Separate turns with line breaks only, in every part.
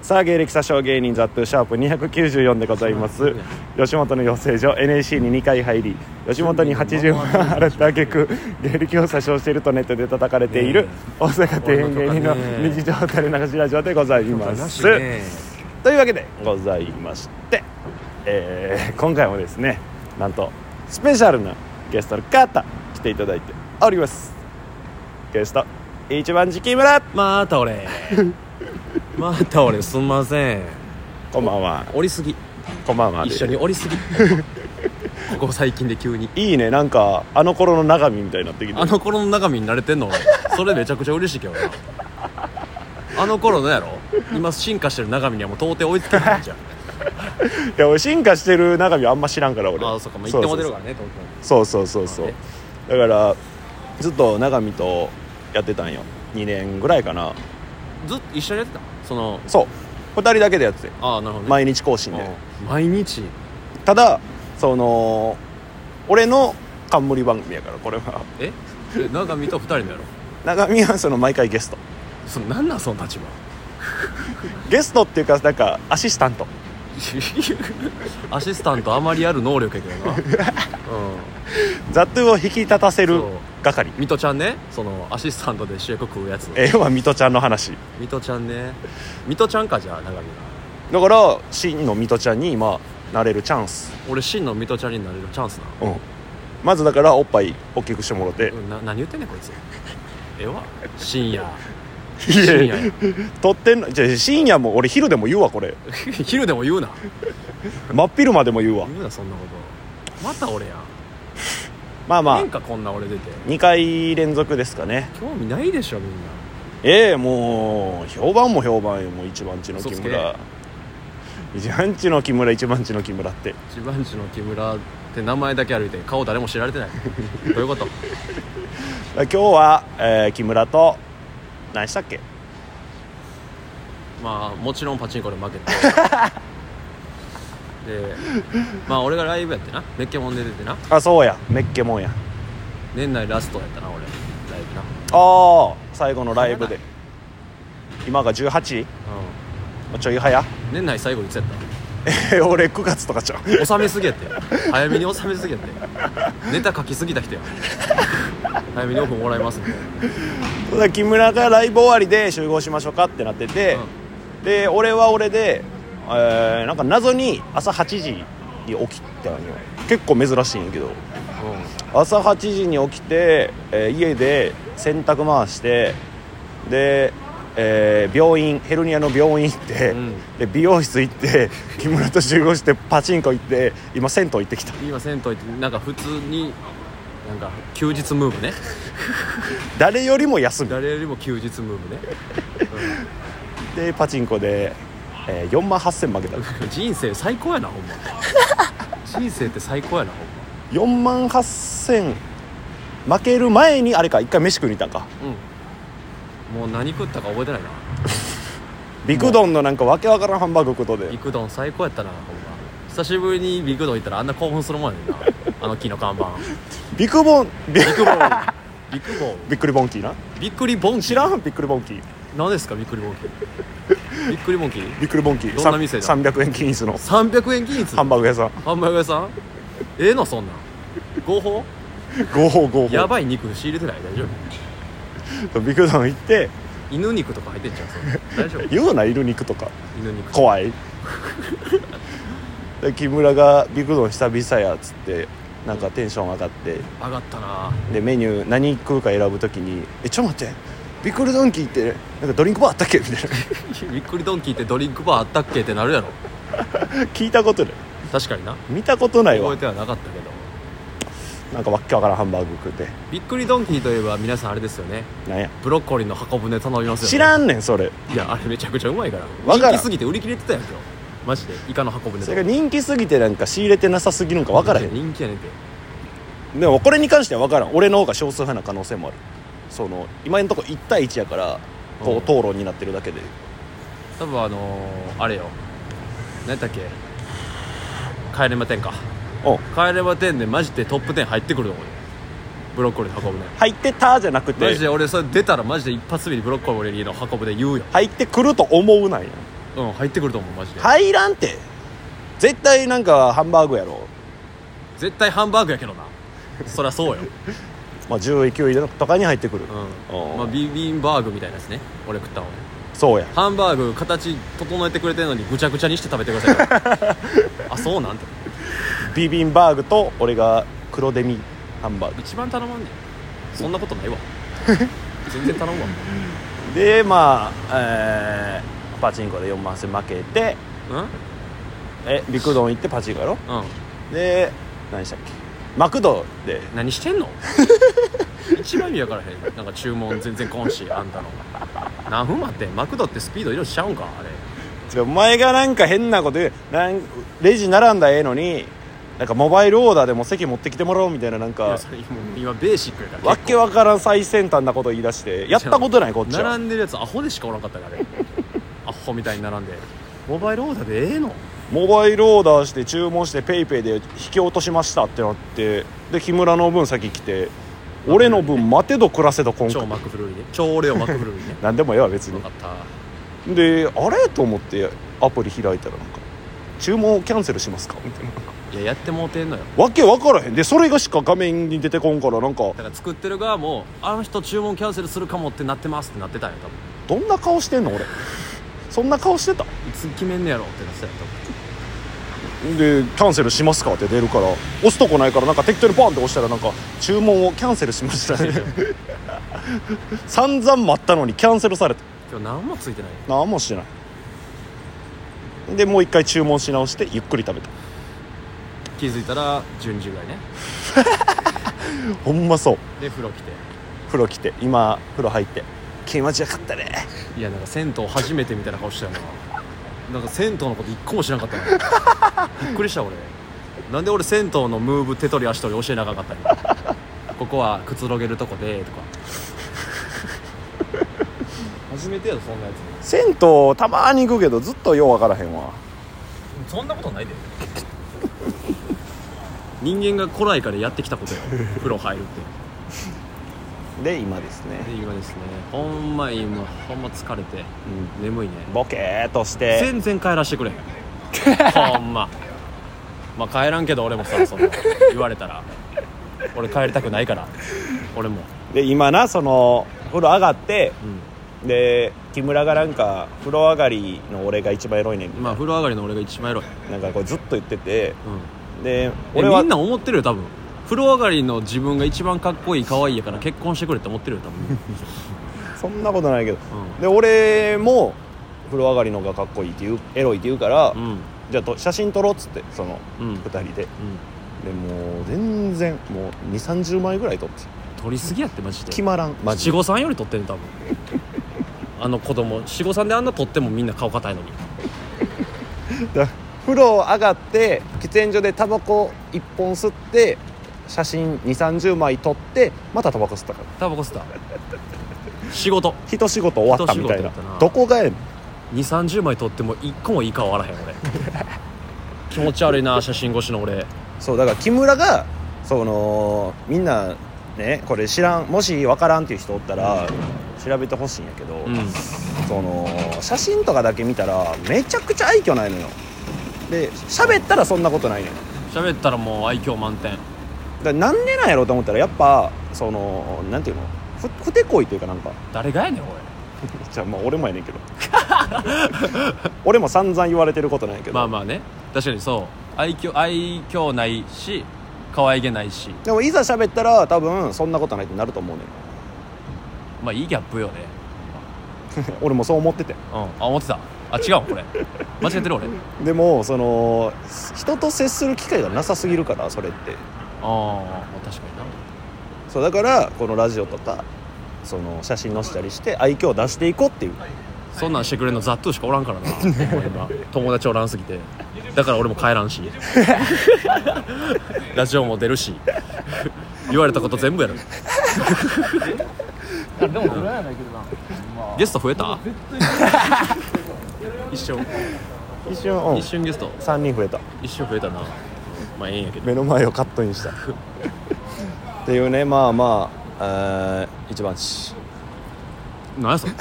さあ芸歴詐称芸人ザットゥシャープ294でございます吉本の養成所 NAC に2回入り吉本に80万払った挙句芸歴を詐称しているとネットで叩かれている
ね
大阪底辺芸人の
ねえ
日常垂れ流しラジオでございま
なし
す、
ね
というわけでございまして、えー今回もですねなんとスペシャルなゲストの方来ていただいておりますゲスト一番時期村
また 俺また俺すんません
こんばんは
降りすぎ
こんばんは
一緒に降り すぎここ最近で急に
いいねなんかあの頃の長見みたいになってきて
あの頃の中身に慣れてんの俺それめちゃくちゃ嬉しいけどなあの頃のやろ今進化してる中身にはもう到底追いつけない じゃん
いや俺進化してる長見あんま知らんから俺
ああそっかもう行っても出るからね東京に
そうそうそうそうそうだからずっと長見とやってたんよ2年ぐらいかな
ずっと一緒にやってたその
そう2人だけでやってて
ああなるほどね
毎日更新で
うん毎日
ただその俺の冠番組やからこれは
ええ中身と二人のやろ
長見はその毎回ゲスト
そのなんなんその立場
ゲストっていうかなんかアシスタント
アシスタントあまりある能力やけ どなう
ザ・トゥを引き立たせる
そう
係
んミトちゃんねそのアシスタントで主役食うやつ
ええわミトちゃんの話
ミトちゃんねミトちゃんかじゃあ中身が
だから真のミトちゃんに今なれるチャンス
俺真のミトちゃんになれるチャンスな
うんまずだからおっぱい大きくしてもろて
うんな何言ってんねんこいつええわ深夜
いや
深
いや
夜や
撮ってんのじゃあ深夜も俺昼でも言うわこれ
昼でも言うな
真っ昼までも言うわ
言うなそんなことまた俺やん
まあまあ
変かこんな俺出て
2回連続ですかね
興味ないでしょみん
ええもう評判も評判よもう一番地の木
嘘つけ
村一番地の木村一番地の木村って
な一番地の木村って名前だけ歩いて顔誰も知られてないどういうこと
今日は、えー木村と何したっけ
まあもちろんパチンコで負けてでまあ俺がライブやってなメッケモンで出てな
あそうやメッケもんや
年内ラストやったな俺ライブな
ああ最後のライブで今が 18?
う
ちょい早
ん年内最後いつやった
え俺9月とかちゃう
収めすぎやって早めに収めすぎやってネタ書きすぎた人や早めにオフもらいますみたいな
そうだ木村がライブ終わりで集合しましょうかってなってて、で俺は俺で、えーなんか謎に朝8時に起きたんよ結構珍しいんやけど
うん
朝8時に起きて、えー家で洗濯回してで、えー病院ヘルニアの病院行って、
うん
で美容室行って木村と集合してパチンコ行って今銭湯行ってきた
今銭湯行ってなんか普通になんか休日ムーブね
誰よりも休み
誰よりも休日ムーブね、
でパチンコで、え4万8000負けた
うん人生最高やなほんま人生って最高やなほんま
4万8000負ける前にあれか一回飯食いに行ったんか
うんもう何食ったか覚えてないな
ビクドンのなんかわけわからんハンバーグ食うとで
肉丼最高やったなほんま久しぶりにビッグ丼行ったらあんな興奮するもんやねん なあの木の看板
ビクボンビ
ビッグボーンビッグボーン
びっくりボンキーな
ビックリボンキー
知らんびっくりボンキー
何ですかビックリボンキービックリボンキー
びっくりボンキー
どんな店だ
さん300円均一の
300円均一
ハンバーグ屋さん
ハンバーグ屋さんええのそんなん合法
合法合法
やばい肉仕入れてない大丈夫
ビクドン行って
犬肉とか入ってんじゃんそれ大丈夫
言うな犬肉とか
犬肉
怖いで木村がビクドン久々やっつってなんかテンション上がって
上がったな
でメニュー何食うか選ぶときに「えちょっと待ってビクルドンキーってなんかドリンクバーあったっけ?」みたいな
ビックリドンキーってドリンクバーあったっけってなるやろ
聞いたことない
確かにな
見たことない
覚
わ
えてはなかったけど
なんかわっけわからんハンバーグ食うて
ビックリドンキーといえば皆さんあれですよね
なんや
ブロッコリーの箱舟頼みますよ、ね、
知らんねんそれ
いやあれめちゃくちゃうまいから
わからん
人気すぎて売り切れてたやん今日マジでイカの箱舟
それが人気すぎてなんか仕入れてなさすぎるんかわからへん
人気やねんて
でもこれに関してはわからん俺の方が少数派な可能性もあるその今のとこ1対1やからこう
うん
討論になってるだけで
多分あのー、あれよ何やったっけ帰れま10か
うん
帰れま10でマジでトップ10入ってくると思うよブロッコリーの箱舟
入ってたじゃなく
マジ
て
で俺それ出たらマジで一発目にブロッコリーの箱舟言うよ
入ってくると思うなんや
うん入ってくると思うマジで、
入らんって絶対なんかハンバーグやろ
絶対ハンバーグやけどなそりゃそうよ、
まあ10位9位のとかに入ってくる、
う
お
ん
う
まあ、ビビンバーグみたいなやつね俺食ったのね
そうや
ハンバーグ形整えてくれてるのにぐちゃぐちゃにして食べてください あそうなんて
ビビンバーグと俺が黒デミハンバーグ
一番頼まんねんそんなことない わ全然頼むわ
でまあ、えーパチンコで4万戦負けて
うん
えビクドン行ってパチンコやろ
うん
で何したっけマクドで
何してんの一番意味わからへんなんか注文全然こんしあんたの何分待ってんマクドってスピード色々しちゃうんかあれ
違うお前がなんか変なこと言うなんレジ並んだらええのになんかモバイルオーダーでも席持ってきてもらおうみたいななん
い
か
やそれもう今ベーシックやから
わけわからん最先端なこと言い出してやったことないこっちは
並んでるやつアホでしかおらんかったからあれアホみたいに並んでモバイルオーダーでええの
モバイルオーダーして注文してペイペイで引き落としましたってなってで木村の分先来て俺の分待てど暮らせど今
超
回
マックフルーリーね超レオマックフルーリーね
何でもええわ別
よ
に
かった
であれと思ってアプリ開いたらなんか注文をキャンセルしますかみたいない
ややってもうてんのよ
わけわからへんでそれがしか画面に出てこんからなんか
だから作ってる側もあの人注文キャンセルするかもってなってますってなってたんや多分
どんな顔してんの俺そんな顔してた
いつ決めんねやろってなってたんや多分
で「キャンセルしますか?」って出るから押すとこないからなんか適当にパンって押したらなんか注文をキャンセルしました ね散々待ったのにキャンセルされた
今日何もついてないよ
何もしてないでもう一回注文し直してゆっくり食べた
気づいたら12時ぐらいね
ほんまそう
で風呂来て
風呂来て今風呂入って気持ちよかったね
いやなんか銭湯初めてみたいな顔してたよななんか銭湯のこと一個も知らなかったなびっくりした俺なんで俺銭湯のムーブ手取り足取り教えなあかんかったんやここはくつろげるとこでとか初めてやぞそんなや
銭湯たまーに行くけどずっとようわからへんわ
つそんなことない で人間が古来からやってきた ことよ風呂入るって
で今ですね、
で今ですねほんま今ほんま疲れて
う
眠いね
ん、ボケーっとして
全然帰らしてくれへ んほんままあ帰らんけど俺もさその言われたら俺帰りたくないから俺も
で今なその風呂上がって
う
で木村がなんか風呂上がりの俺が一番エロいねんみたい
んまあ風呂上がりの俺が一番エロい、
ななんかこれずっと言ってて
う
で
ん、
俺
俺
は
みんな思ってるよ多分風呂上がりの自分が一番かっこいい可愛いやから結婚してくれって思ってるよ多 分、
そんなことないけど
う
で俺も風呂上がりの方がかっこいいって言うエロいって言うから、
ん、うん
じゃあと写真撮ろうっつってその
うん
2人で、でもう全然もう2 3 0枚ぐらい撮って
取りすぎやってマジ
決
で
まらんマジで
七五三より取ってんね多分 あの子供七五三であんな取ってもみんな顔硬いのに
だ風呂上がって喫煙所でタバコ1本吸って写真2 3 0枚撮ってまたタバコ吸ったから
タバコ吸った仕事
一仕事終わったみたい
一仕
な
事やったな
どこがやねん
2三3 0枚撮っても1個もいい顔あらへん俺 気持ち悪いな写真越しの俺
そうだから木村がそのみんなねこれ知らんもし分からんっていう人おったら調べてほしいんやけど、
うん
その写真とかだけ見たらめちゃくちゃ愛嬌ないのよで喋ったらそんなことないねんだか
喋ったらもう愛嬌満点
らなんでなんやろうと思ったらやっぱそのなんていうのふふてこいというかなんか
誰がやねん俺
じゃあまあ俺もやねんけど 俺も散々言われてることなんやけど、
まあまあね確かにそう愛嬌愛嬌ないし可愛げないし
でもいざ喋ったら多分そんなことないってなると思うねん
まあいいギャップよね
俺もそう思ってて
うんあ思ってたあ違うわこれ間違ってる俺
でもその人と接する機会がなさすぎるからそれって
ああ確かにな
そうだからこのラジオとかその写真載せたりして愛嬌を出していこうっていう
そんなんしてくれるのざっとしかおらんからなほんま今友達おらんすぎてだから俺も帰らんしラジオも出るし言われたこと 全部やる
でも俺らやないけどな。まあ
ゲスト増え た一瞬
一瞬、うん、
一瞬ゲスト
3人増えた
一瞬増えたなまあええんやけど
目の前をカットインしたっていうねまあまあ、えー一番地
何やそれ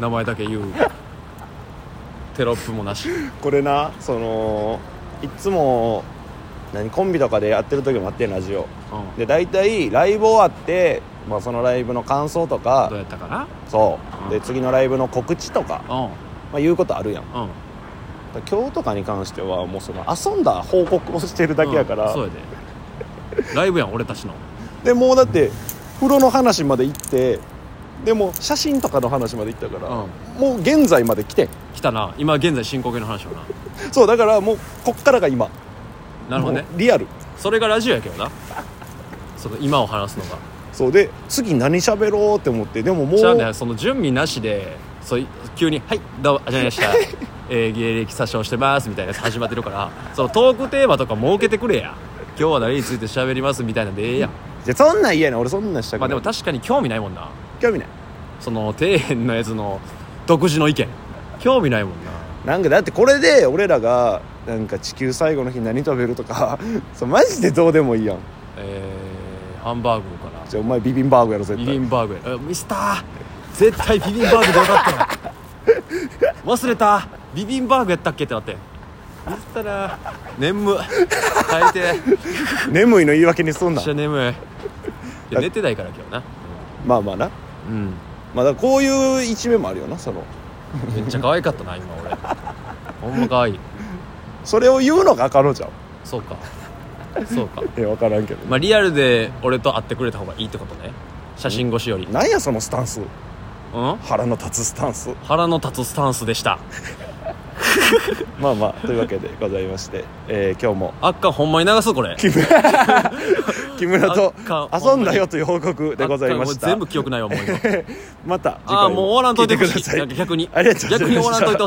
名前だけ言うテロップもなし
これなそのいっつも何コンビとかでやってる時もあってんラジオ
うん
で大体ライブ終わって、まあ、そのライブの感想とか
どうやったかな
そう
う
で
ん
次のライブの告知とか、
うんうん
まあ、言うことあるやんだから今日とかに関してはもうその遊んだ報告をしてるだけやから、
うんそうやでライブやん俺たちの
でもうだって風呂の話まで行ってでもう写真とかの話まで行ったから、
うん
もう現在まで来てん
来たな今現在進行形の話よ
そうだからもうこっからが今
ななるほどね
もうリアル
それがラジオやけどなその今を話すのが
そうで次何喋ろうって思ってでももう
じゃあねその準備なしでそうい急に「はいどうもありがとうご ざいました、えー、芸歴詐称してます」みたいなやつ始まってるからそのトークテーマとか設けてくれや今日は何について喋りますみたいなんでええやん
いやそんなん嫌やな俺そんなんしたく
ま
な
あ
い、
でも確かに興味ないもんな
興味ない
その底辺のやつの独自の意見興味ないもんな
なんかだってこれで俺らがなんか地球最後の日何食べるとか そうマジでどうでもいいやん
えー、ハンバーグかな
じゃあお前ビビンバーグやろ絶
ビ
対
ビンバーグやえミスター絶対ビビンバーグでよ かったよ忘れたビビンバーグやったっけってなってミスったな眠変えて
眠いの言い訳にすん
め
な
っちゃ眠いいや寝てないから今日な
まあまあな
うん
まあだからこういう一面もあるよなその
めっちゃ可愛かったな今俺ほんま可愛い
それを言うのが彼女
そうかそうか
え分からんけど、
まあリアルで俺と会ってくれた方がいいってことね写真越しより
なんやそのスタンス
うん
腹の立つスタンス
腹の立つスタンスでした
まあまあというわ けでございまして、えー今日も
あっかんほんまに流すこれ
木村と
あかん
遊んだよという報告でございまし
あっかんもう
た
全部記憶ないわもう今
また次
ああ
回
もう終わらんといて
聞
ほ
くだ
し
さ
い
い
なんか逆に
ありがとうございました
逆に終わらんといてほしい